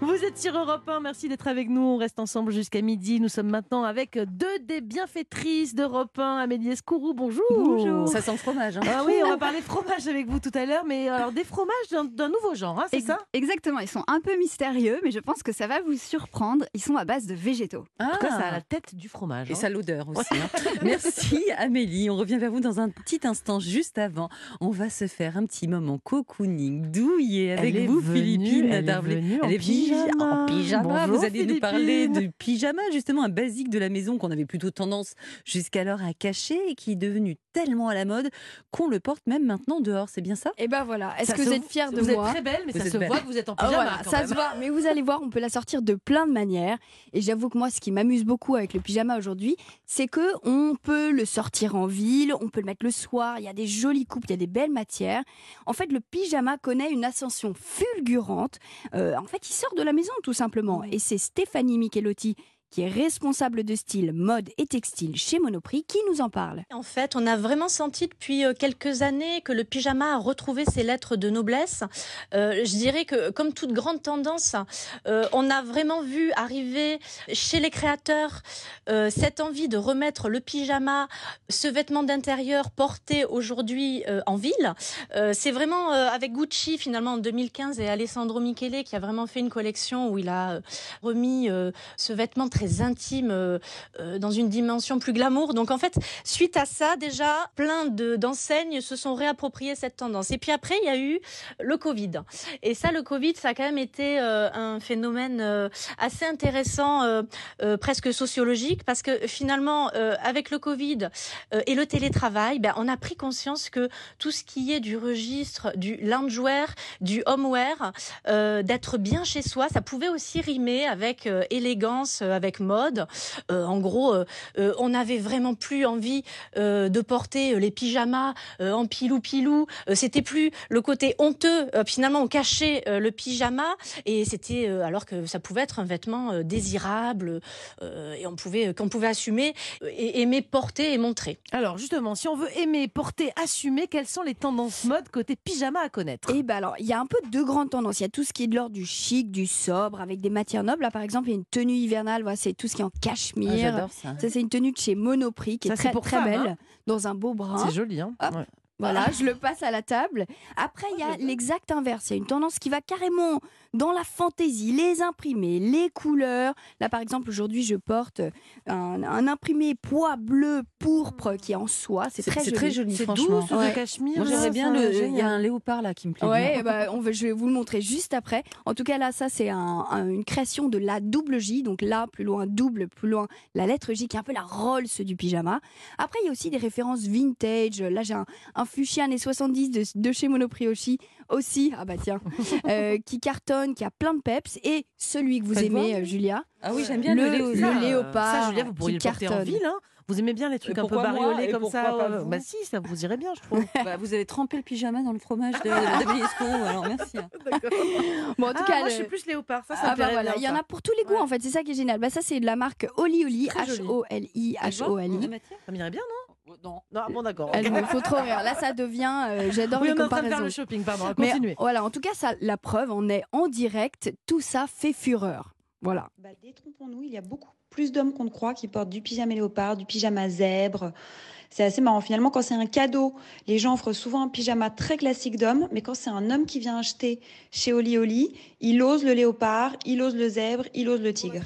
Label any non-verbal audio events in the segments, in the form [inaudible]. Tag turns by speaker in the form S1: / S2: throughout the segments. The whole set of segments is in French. S1: Vous êtes sur Europe 1, merci d'être avec nous. On reste ensemble jusqu'à midi. Nous sommes maintenant avec deux des bienfaitrices d'Europe 1, Amélie Escourou. Bonjour.
S2: Ça sent le fromage. hein.
S1: Ah oui, on va parler fromage avec vous tout à l'heure, mais alors des fromages d'un- d'un nouveau genre, hein, c'est
S3: Ex-
S1: ça
S3: Exactement, ils sont un peu mystérieux, mais je pense que ça va vous surprendre. Ils sont à base de végétaux.
S2: Ah.
S1: En tout cas, ça a la tête du fromage.
S2: Et
S1: hein.
S2: ça a l'odeur aussi. hein. [laughs] Merci Amélie. On revient vers vous dans un petit instant juste avant. On va se faire un petit moment cocooning, douillet avec
S1: Elle est
S2: vous,
S1: venue,
S2: Philippine
S1: elle est
S2: Darblay.
S1: venue en
S2: Elle est venue
S1: pyjama.
S2: en pyjama.
S1: Bonjour,
S2: vous allez nous parler
S1: Philippine.
S2: du pyjama, justement un basique de la maison qu'on avait plutôt tendance jusqu'alors à cacher et qui est devenu tellement à la mode qu'on le porte même maintenant dehors. C'est bien ça
S4: Et ben voilà, est-ce
S1: Ça
S4: que
S1: se
S4: vous êtes
S1: voit-
S4: fiers de
S1: vous
S4: moi
S1: êtes très belle, mais
S2: Vous
S1: ça
S2: êtes
S1: se
S2: belle.
S1: voit que vous êtes en
S4: Ah,
S1: pyjama.
S4: voilà,
S1: quand
S4: ça
S1: même.
S4: se voit, mais vous allez voir, on peut la sortir de plein de manières. Et j'avoue que moi, ce qui m'amuse beaucoup avec le pyjama aujourd'hui, c'est que on peut le sortir en ville, on peut le mettre le soir. Il y a des jolies coupes, il y a des belles matières. En fait, le pyjama connaît une ascension fulgurante. Euh, en fait, il sort de la maison tout simplement. Et c'est Stéphanie Michelotti qui est responsable de style mode et textile chez Monoprix qui nous en parle.
S5: En fait, on a vraiment senti depuis euh, quelques années que le pyjama a retrouvé ses lettres de noblesse. Euh, je dirais que, comme toute grande tendance, euh, on a vraiment vu arriver chez les créateurs euh, cette envie de remettre le pyjama, ce vêtement d'intérieur porté aujourd'hui euh, en ville. Euh, C'est vraiment euh, avec Gucci, finalement, en 2015, et Alessandro Michele qui a vraiment fait une collection où il a euh, remis euh, ce vêtement très intime euh, euh, dans une dimension plus glamour. Donc, en fait, Suite à ça, déjà, plein de- d'enseignes se sont réappropriées cette tendance. Et puis après, il y a eu le Covid. Et ça, le Covid, ça a quand même été euh, un phénomène euh, assez intéressant, euh, euh, presque sociologique, parce que finalement, euh, avec le Covid euh, et le télétravail, ben, on a pris conscience que tout ce qui est du registre du loungewear, du homeware, euh, d'être bien chez soi, ça pouvait aussi rimer avec euh, élégance, euh, avec mode. Euh, en gros, euh, euh, on n'avait vraiment plus envie euh, de porter euh, les pyjamas euh, en pilou-pilou. Euh, c'était plus le côté honteux. Euh, finalement, on cachait euh, le pyjama et c'était euh, alors que ça pouvait être un vêtement euh, désirable euh, et on pouvait qu'on pouvait assumer euh, et aimer porter et montrer.
S1: Alors justement, si on veut aimer, porter, assumer, quelles sont les tendances mode côté pyjama à connaître
S4: Et ben alors, il y a un peu deux grandes tendances. Il y a tout ce qui est de l'ordre du chic, du sobre, avec des matières nobles. Là, par exemple, il y a une tenue hivernale, voilà, c'est tout ce qui est en
S2: Ah,
S4: cachemire.
S2: J'adore ça.
S4: ça, c'est une tenue de chez Monoprix qui
S1: Ça,
S4: est
S1: c'est
S4: très,
S1: pour
S4: très
S1: femme,
S4: belle,
S1: hein.
S4: dans un beau brun.
S1: C'est joli, hein
S4: Hop.
S1: Ouais.
S4: Voilà, je le passe à la table. Après,
S1: Ah,
S4: il y a l'exact inverse. Il y a une tendance qui va carrément dans la fantaisie, les imprimés, les couleurs. Là, par exemple, aujourd'hui, je porte un, un imprimé poids bleu pourpre qui est en soie. C'est très joli.
S1: C'est
S2: franchement.
S1: doux, ce de
S4: Ouais.
S1: cachemire.
S2: Moi, j'aimerais
S1: là,
S2: bien
S1: ça,
S2: le. Il y a
S1: génial.
S2: un léopard là qui me plaît. bien.
S4: Ouais, eh ben, on va- je vais vous le montrer juste après. En tout cas, là, ça, c'est un- un- une création de la double J. Donc là, plus loin, double, plus loin, la lettre J, qui est un peu la Rolls du pyjama. Après, il y a aussi des références vintage. Là, j'ai un, un fuchsia années 70 de, de chez Monoprix aussi, aussi, ah bah tiens, euh, qui cartonne, qui a plein de peps. Et celui que vous
S2: Faites
S4: aimez,
S2: voir.
S4: euh, Julia,
S2: Ah oui, j'aime bien le,
S4: le-
S2: léopard.
S4: le léopard
S1: Ça, Julia, vous pourriez le
S4: qui
S1: porter en
S4: cartonne.
S1: ville. Hein vous aimez bien les trucs
S2: Et
S1: un peu
S2: pourquoi moi
S1: bariolés
S2: Et
S1: comme ça
S2: pourquoi pas
S1: euh,
S2: vous
S1: Bah si, ça vous irait bien, je trouve.
S2: Bah, vous avez trempé le pyjama dans le fromage de d'Amélie Escaut, alors merci. hein.
S4: Bon, en tout cas,
S1: moi,
S4: le-
S1: je suis plus léopard. Ça, ça
S4: Ah
S1: me
S4: bah
S1: plairait
S4: voilà,
S1: bien,
S4: il y en
S1: ça.
S4: a pour tous les goûts en fait, c'est ça qui est génial. Bah ça c'est de la marque Oli Oli,
S1: Très
S4: H
S1: joli.
S4: O L I H O L I.
S1: Ça m'irait bien,
S2: Non.
S1: non Non, bon, d'accord.
S4: Elle me faut trop rire. Là, ça devient. euh, J'adore
S1: Oui,
S4: les
S1: on est en train de faire
S4: comparaisons.
S1: le shopping, pardon.
S4: Mais euh,
S1: Continuez.
S4: voilà, en tout cas, ça, la preuve, on est en direct. Tout ça fait fureur. Voilà.
S6: Bah, Détrompons-nous, il y a beaucoup plus d'hommes qu'on ne croit qui portent du pyjama léopard, du pyjama zèbre. C'est assez marrant. Finalement, quand c'est un cadeau, les gens offrent souvent un pyjama très classique d'homme, mais quand c'est un homme qui vient acheter chez Oli Oli, il ose le léopard, il ose le zèbre, il ose le tigre.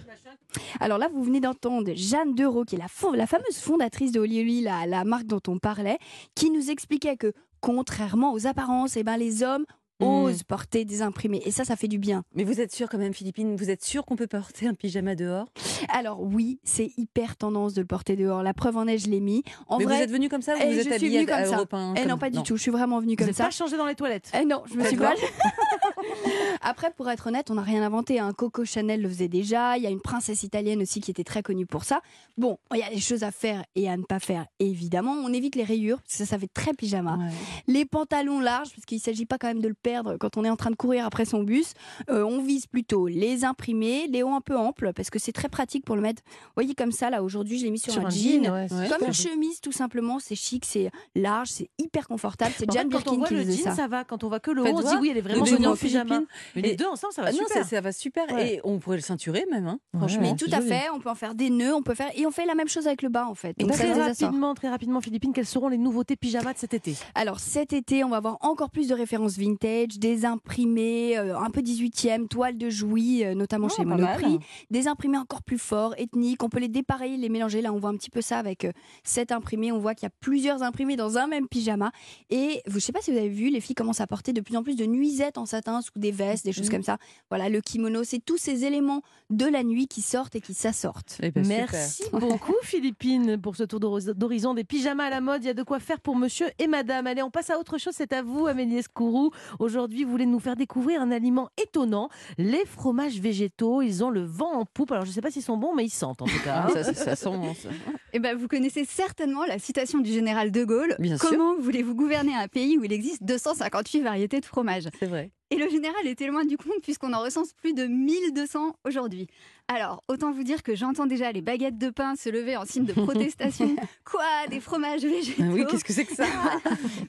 S4: Alors là, vous venez d'entendre Jeanne Dereau, qui est la, fo- la fameuse fondatrice de Oli Oli, la, la marque dont on parlait, qui nous expliquait que, contrairement aux apparences, eh ben, les hommes
S2: Hmm.
S4: osent porter des imprimés. Et ça, ça fait du bien.
S2: Mais vous êtes sûr quand même, Philippine, vous êtes sûr qu'on peut porter un pyjama dehors
S4: Alors oui, c'est hyper tendance de le porter dehors. La preuve en est, je l'ai mis. En
S2: Mais
S4: vrai,
S2: vous êtes venu comme ça ou
S4: eh,
S2: vous
S4: je
S2: êtes
S4: suis
S2: habillée
S4: venue
S2: à
S4: comme ça.
S2: Europe 1,
S4: eh non,
S2: comme-
S4: pas du tout. Je suis vraiment venue
S1: Vous
S4: comme
S1: n'êtes
S4: ça.
S1: pas changé dans les toilettes.
S4: Eh non, je me suis pas. [laughs] Après, pour être honnête, on n'a rien inventé. Un Coco Chanel le faisait déjà. Il y a une princesse italienne aussi qui était très connue pour ça. Bon, il y a des choses à faire et à ne pas faire, évidemment. On évite les rayures, parce que ça, ça fait très pyjama.
S2: Ouais.
S4: Les pantalons larges, parce qu'il ne s'agit pas quand même de le perdre quand on est en train de courir après son bus. Euh, on vise plutôt les imprimés, les hauts un peu amples, parce que c'est très pratique pour le mettre. Vous voyez, comme ça, là, aujourd'hui, je l'ai mis sur, un, jean.
S1: ouais, c'est
S2: Ouais.
S1: super.
S4: Comme une chemise, tout simplement, c'est chic, c'est large, c'est hyper confortable. C'est
S1: En fait,
S4: Jane
S1: quand on
S4: Birkin
S1: voit
S4: qui
S1: le
S4: faisait
S1: jean,
S4: ça.
S1: ça va. Quand on voit que le haut,
S2: Faites
S1: on se dit
S2: voir.
S1: oui, elle est
S2: Nous
S1: vraiment
S2: devenions
S1: jolie en
S2: Philippine.
S1: pyjama. Mais
S2: Et-
S1: les deux ensemble, ça va
S2: Ah non,
S1: super.
S2: ça, ça va super.
S1: Ouais.
S2: Et on pourrait le ceinturer même, hein, franchement.
S1: Ouais.
S7: Mais tout à fait, on peut en faire des nœuds, on peut faire et on fait la même chose avec le bas en fait.
S1: Et
S7: Donc ça
S1: très
S7: se désassort.
S1: rapidement, très rapidement, Philippine, quelles seront les nouveautés pyjama de cet été
S7: Alors cet été, on va avoir encore plus de références vintage, des imprimés, euh, un peu 18e, toile de jouy, euh,
S1: Oh,
S7: notamment chez Monoprix, des imprimés encore plus forts, ethniques, on peut les dépareiller, les mélanger. Là, on voit un petit peu ça avec euh, cet imprimé, on voit qu'il y a plusieurs imprimés dans un même pyjama. Et vous, je sais pas si vous avez vu, les filles commencent à porter de plus en plus de nuisettes en satin sous des vestes, des
S1: Mhm.
S7: choses comme ça. Voilà, le kimono, c'est tous ces éléments de la nuit qui sortent et qui s'assortent.
S1: Bah,
S2: Eh ben, super.
S1: Merci [laughs] beaucoup Philippine pour ce tour d'horiz- d'horizon des pyjamas à la mode. Il y a de quoi faire pour monsieur et madame. Allez, on passe à autre chose. C'est à vous Amélie Escourou. Aujourd'hui, vous voulez nous faire découvrir un aliment étonnant, les fromages végétaux. Ils ont le vent en poupe. Alors, je ne sais pas s'ils sont bons, mais ils sentent en tout cas.
S2: Ah, ça, ça, ça sent bon, ça.
S4: Eh ben, vous connaissez certainement la citation du général de Gaulle.
S2: Bien sûr.
S4: Comment voulez-vous gouverner un pays où il existe 258 variétés de fromages
S2: C'est vrai.
S4: Et le général était loin du compte puisqu'on en recense plus de 1200 aujourd'hui. Alors, autant vous dire que j'entends déjà les baguettes de pain se lever en
S2: [laughs]
S4: signe de protestation. Quoi Des fromages végétaux
S2: Ah Oui, qu'est-ce que c'est que ça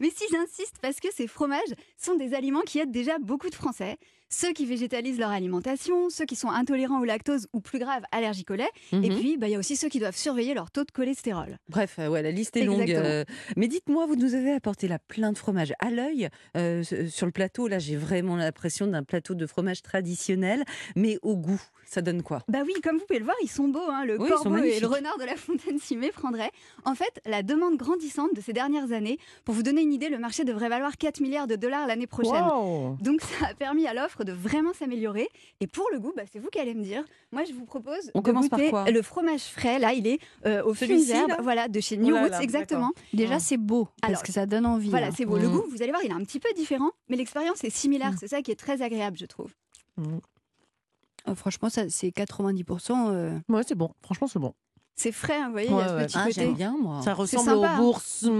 S4: Mais si j'insiste, parce que ces fromages sont des aliments qui aident déjà beaucoup de Français. Ceux qui végétalisent leur alimentation, ceux qui sont intolérants au lactose ou plus grave, allergiques au lait. Et
S2: Mhm.
S4: puis, bah, il y a aussi ceux qui doivent surveiller leur taux de cholestérol.
S2: Bref, euh, ouais, la liste est longue.
S4: Exactement.
S2: euh, mais dites-moi, vous nous avez apporté là plein de fromages à l'œil euh, s- sur le plateau. Là, j'ai vraiment l'impression d'un plateau de fromage traditionnel, mais au goût. Ça donne quoi
S4: Bah oui, comme vous pouvez le voir, ils sont beaux. hein. le
S2: Oui, ils sont
S4: corbeau et
S2: magnifiques.
S4: le renard de la fontaine s'y méprendrait. En fait, la demande grandissante de ces dernières années, pour vous donner une idée, le marché devrait valoir 4 milliards de dollars l'année prochaine.
S1: Wow.
S4: Donc ça a permis à l'offre de vraiment s'améliorer. Et pour le goût, bah, c'est vous qui allez me dire. Moi, je vous propose
S2: On
S4: de
S2: commence par
S4: goûter
S2: quoi
S4: le fromage frais. Là, il est euh, au fût
S2: Celui-ci,
S4: d'herbe,
S2: là Oh
S4: voilà, de chez New
S2: là là,
S4: Roots, exactement.
S2: Oh.
S7: Déjà, c'est beau parce
S4: Alors,
S7: que ça donne envie.
S4: Voilà,
S7: hein.
S4: c'est beau. Le
S2: Mm.
S4: goût, vous allez voir, il est un petit peu différent, mais l'expérience est similaire. C'est ça qui est très agréable, je trouve.
S7: Euh, franchement, ça, c'est 90%. euh,
S1: Ouais, [laughs] c'est bon. Franchement, c'est bon.
S4: C'est frais, hein, vous voyez, il y a
S1: Ouais,
S4: ce
S1: ouais.
S4: petit
S2: Ah,
S4: côté.
S2: j'aime bien moi.
S1: Ça ressemble
S4: sympa, hein.
S1: aux bourses. Mmh.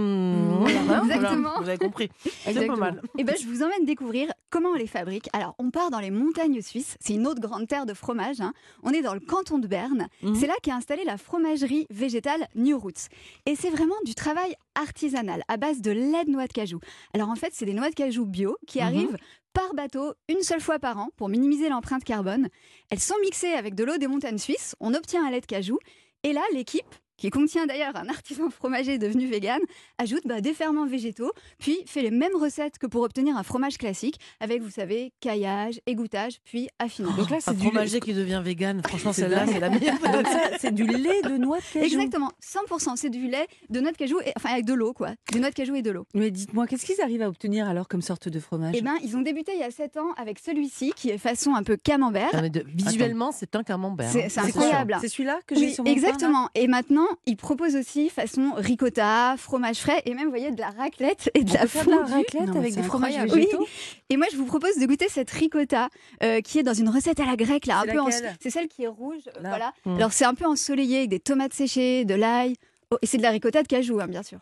S7: Voilà,
S1: Voilà, voilà.
S4: exactement.
S1: Vous avez compris. C'est pas mal.
S4: Et ben, je vous emmène découvrir comment on les fabrique. Alors, on part dans les montagnes suisses. C'est une autre grande terre de fromage. hein. On est dans le canton de Berne.
S2: Mhm.
S4: C'est là qu'est installée la fromagerie végétale New Roots. Et c'est vraiment du travail artisanal à base de lait de noix de cajou. Alors, en fait, c'est des noix de cajou bio qui
S2: Mhm.
S4: arrivent par bateau une seule fois par an pour minimiser l'empreinte carbone. Elles sont mixées avec de l'eau des montagnes suisses. On obtient un lait de cajou. Et là, l'équipe qui contient d'ailleurs un artisan fromager devenu vegan, ajoute bah, des ferments végétaux puis fait les mêmes recettes que pour obtenir un fromage classique, avec, vous savez, caillage, égouttage, puis affinage.
S2: Donc là,
S1: Un
S2: c'est du
S1: fromager qui devient vegan. Franchement,
S2: C'est
S1: celle-là,
S2: dingue.
S1: c'est la meilleure.
S2: Donc ça, c'est du lait de noix de cajou.
S4: Exactement, 100%, c'est du lait de noix de cajou, et, enfin avec de l'eau quoi, des noix de cajou et de l'eau.
S2: Mais dites-moi, qu'est-ce qu'ils arrivent à obtenir alors comme sorte de fromage
S4: Eh ben, ils ont débuté il y a 7 ans avec celui-ci qui est façon un peu camembert.
S2: Ah,
S1: Non, mais de- visuellement, c'est un camembert.
S4: C'est- c'est
S2: quoi
S4: incroyable.
S2: C'est celui-là que j'ai hein.
S4: Oui,
S2: sur mon pain, là
S4: exactement. Et maintenant, ils proposent aussi façon ricotta, fromage frais et même, vous voyez, de la raclette et de
S2: On
S4: la
S2: peut faire de la
S4: fondue.
S2: raclette
S7: Non, mais
S2: avec
S7: c'est
S2: des fromages
S7: incroyable.
S2: végétaux.
S4: Et moi, je vous propose de goûter cette ricotta euh, qui est dans une recette à la grecque, là, un
S2: C'est
S4: peu. en-
S2: laquelle
S4: C'est celle qui est rouge, euh,
S2: Là.
S4: voilà.
S1: Mm.
S4: Alors, c'est un peu ensoleillé avec des tomates séchées, de l'ail. Oh, et c'est de la ricotta de cajou, hein, bien sûr.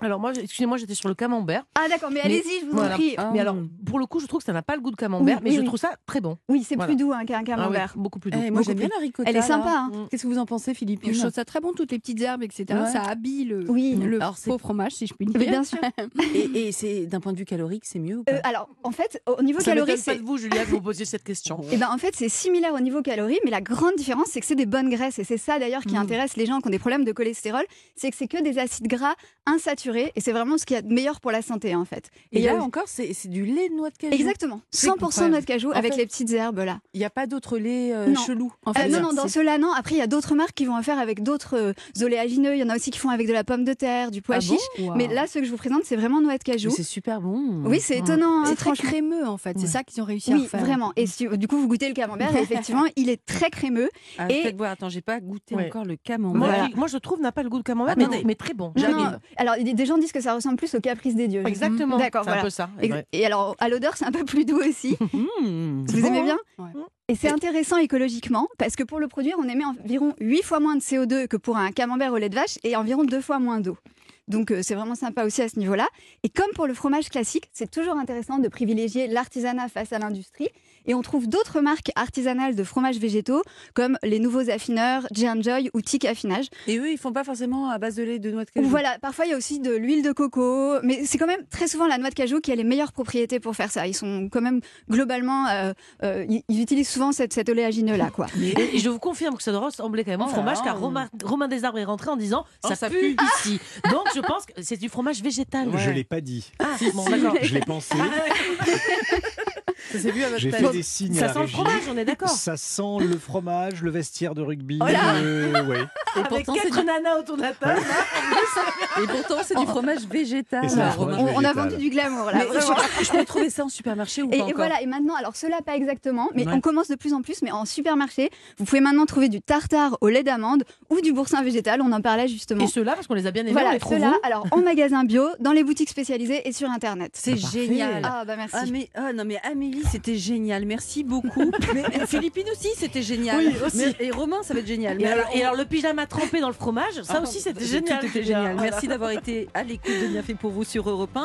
S1: Alors, moi, j'ai- excusez-moi, j'étais sur le camembert.
S4: Ah, d'accord, mais
S1: Mais
S4: allez-y, je vous
S1: voilà.
S4: en prie.
S2: Ah.
S1: Mais alors, pour le coup, je trouve que ça n'a pas le goût de camembert,
S4: Oui,
S1: mais
S4: oui,
S1: je
S4: oui.
S1: trouve ça très bon.
S4: Oui, c'est
S1: Voilà.
S4: plus doux hein, qu'un
S1: Ah oui,
S4: camembert.
S1: beaucoup plus doux.
S2: Eh, moi,
S1: Beaucoup
S2: j'aime bien
S1: plus.
S2: la ricotta.
S4: Elle est
S2: là.
S4: sympa. hein.
S1: Mm.
S2: Qu'est-ce que vous en pensez, Philippine
S7: Je trouve ça très bon, toutes les petites herbes, etc.
S2: Ouais.
S7: Ça habille le,
S4: Oui.
S7: le
S2: Alors, c'est-
S7: faux fromage, si je puis
S4: Mais
S7: dire.
S4: bien
S2: [laughs]
S4: sûr.
S2: Et, et c'est d'un point de vue calorique, c'est mieux ou pas
S4: Euh, alors, en fait, au niveau
S1: Ça
S4: calorique,
S1: m'étonne pas
S4: c'est.
S1: de vous, Julia, que vous posiez cette question.
S4: Eh ben, en fait, c'est similaire au niveau calories, mais la grande différence, c'est que c'est des bonnes graisses. Et c'est ça, d'ailleurs,
S2: Mm.
S4: qui intéresse les gens qui ont des problèmes de cholestérol. C'est que c'est que des acides gras insaturés. Et c'est vraiment ce qu'il y a de meilleur pour la santé, en fait.
S2: Et
S4: il y a
S7: euh,
S2: là encore, c'est c'est du lait de noix de cajou.
S4: Exactement.
S2: C'est
S4: 100% de
S2: incroyable.
S4: notre cajou
S2: En
S4: avec
S2: fait-
S4: les petites herbes là.
S2: Il n'y a pas d'autre lait euh,
S4: Non.
S2: chelou.
S7: En
S4: Euh,
S7: fait,
S4: non, non, dans
S7: c'est-
S4: ceux-là, non. Après, il y a d'autres marques qui vont en faire avec d'autres euh, oléagineux. Il y en a aussi qui font avec de la pomme de terre, du pois
S2: Ah bon
S4: chiche. Mais là, ceux que je vous présente, c'est vraiment noix de
S2: Mais
S4: cajou.
S2: C'est super bon.
S4: Oui, c'est étonnant. hein,
S7: c'est très
S4: franchement.
S7: crémeux, en fait. C'est ça qu'ils ont réussi à
S4: Oui,
S7: faire.
S4: vraiment. Et si- du coup, vous goûtez le
S2: [laughs]
S4: camembert, et effectivement, il est très crémeux.
S2: Ah,
S4: Et-
S2: Peut-être voir. Attends, j'ai pas goûté
S1: Ouais.
S2: encore le
S1: Moi,
S2: camembert.
S4: Voilà.
S1: je- moi, je trouve n'a pas le goût de camembert, mais,
S2: Attendez.
S1: mais très bon.
S4: Non,
S1: J'arrive.
S4: non. Alors, il y a des gens disent que ça ressemble plus au caprice des dieux.
S1: Exactement.
S4: Mm, D'accord,
S1: C'est un
S4: voilà.
S1: peu ça.
S4: Ex-
S1: ouais.
S4: Et alors, à l'odeur, c'est un peu plus doux
S1: [laughs]
S4: aussi.
S1: Hmm.
S2: Mmh.
S4: Vous aimez bien
S7: Ouais.
S4: Et c'est intéressant écologiquement parce que pour le produire, on émet environ 8 fois moins de CO2 que pour un camembert au lait de vache et environ 2 fois moins d'eau. Donc euh, c'est vraiment sympa aussi à ce niveau-là. Et comme pour le fromage classique, c'est toujours intéressant de privilégier l'artisanat face à l'industrie. Et on trouve d'autres marques artisanales de fromages végétaux comme les nouveaux affineurs, J&Joy ou Tic Affinage.
S2: Et eux, ils font pas forcément à base de lait de noix de
S4: Ou
S2: cajou.
S4: Voilà, parfois il y a aussi de l'huile de coco, mais c'est quand même très souvent la noix de cajou qui a les meilleures propriétés pour faire ça. Ils sont quand même globalement, euh, euh, ils, ils utilisent souvent cette, cet oléagineux là, quoi.
S1: Et et je vous confirme que ça doit ressembler quand même au
S2: Oh là
S1: fromage,
S2: là,
S1: car
S2: on-
S1: Romain, Romain Desarbres est rentré en disant
S2: Oh,
S1: ça,
S2: ça
S1: pue, ici. Donc je pense que c'est du fromage végétal.
S8: Je
S2: Ouais.
S8: l'ai
S1: [laughs]
S8: pas dit.
S1: Ah, bon, d'accord.
S8: Je l'ai pensé.
S2: Ça s'est vu à votre
S8: J'ai
S2: tête.
S8: fait des signes
S1: Ah, Ça
S8: à la
S1: sent le
S8: régie.
S1: fromage, on est d'accord.
S8: Ça sent le fromage, le vestiaire de rugby.
S2: Oh là
S8: euh, ouais.
S2: Et
S1: Avec
S2: pourtant, c'est
S1: quatre nanas autour de la table.
S7: hein.
S2: du- [laughs] et pourtant,
S7: Oh.
S2: c'est du fromage végétal.
S8: Et c'est un
S2: Alors,
S8: fromage
S4: On, on a
S8: végétal.
S4: vendu du glamour là.
S2: Mais
S4: vraiment.
S2: je, je peux trouver ça en supermarché ou
S4: Et,
S2: pas
S4: et
S2: encore
S4: voilà, et maintenant, alors cela pas exactement, mais
S2: Ouais.
S4: on commence de plus en plus, mais en supermarché, vous pouvez maintenant trouver du tartare au lait d'amande ou du boursin végétal, on en parlait justement.
S1: Et ceux-là, parce qu'on les a bien aimés, on
S4: Voilà,
S1: les trouve
S4: cela,
S1: où
S4: alors en magasin bio, dans les boutiques spécialisées et sur internet.
S2: C'est
S1: parfait.
S2: génial.
S4: Ah bah merci.
S2: Ah, mais, ah, non, mais Amélie, c'était génial.
S1: [laughs]
S2: Merci beaucoup. mais euh, Philippine aussi, c'était génial.
S1: Oui, aussi.
S2: Mais- et Romain, ça va être génial.
S1: et
S2: Mais
S1: alors, et
S2: on-
S1: alors, le pyjama
S2: Ah,
S1: trempé dans le fromage, ça aussi c'était
S2: Tout
S1: génial.
S2: était
S1: les gars.
S2: génial. Merci d'avoir été à l'écoute de Bien fait pour vous sur Europe 1.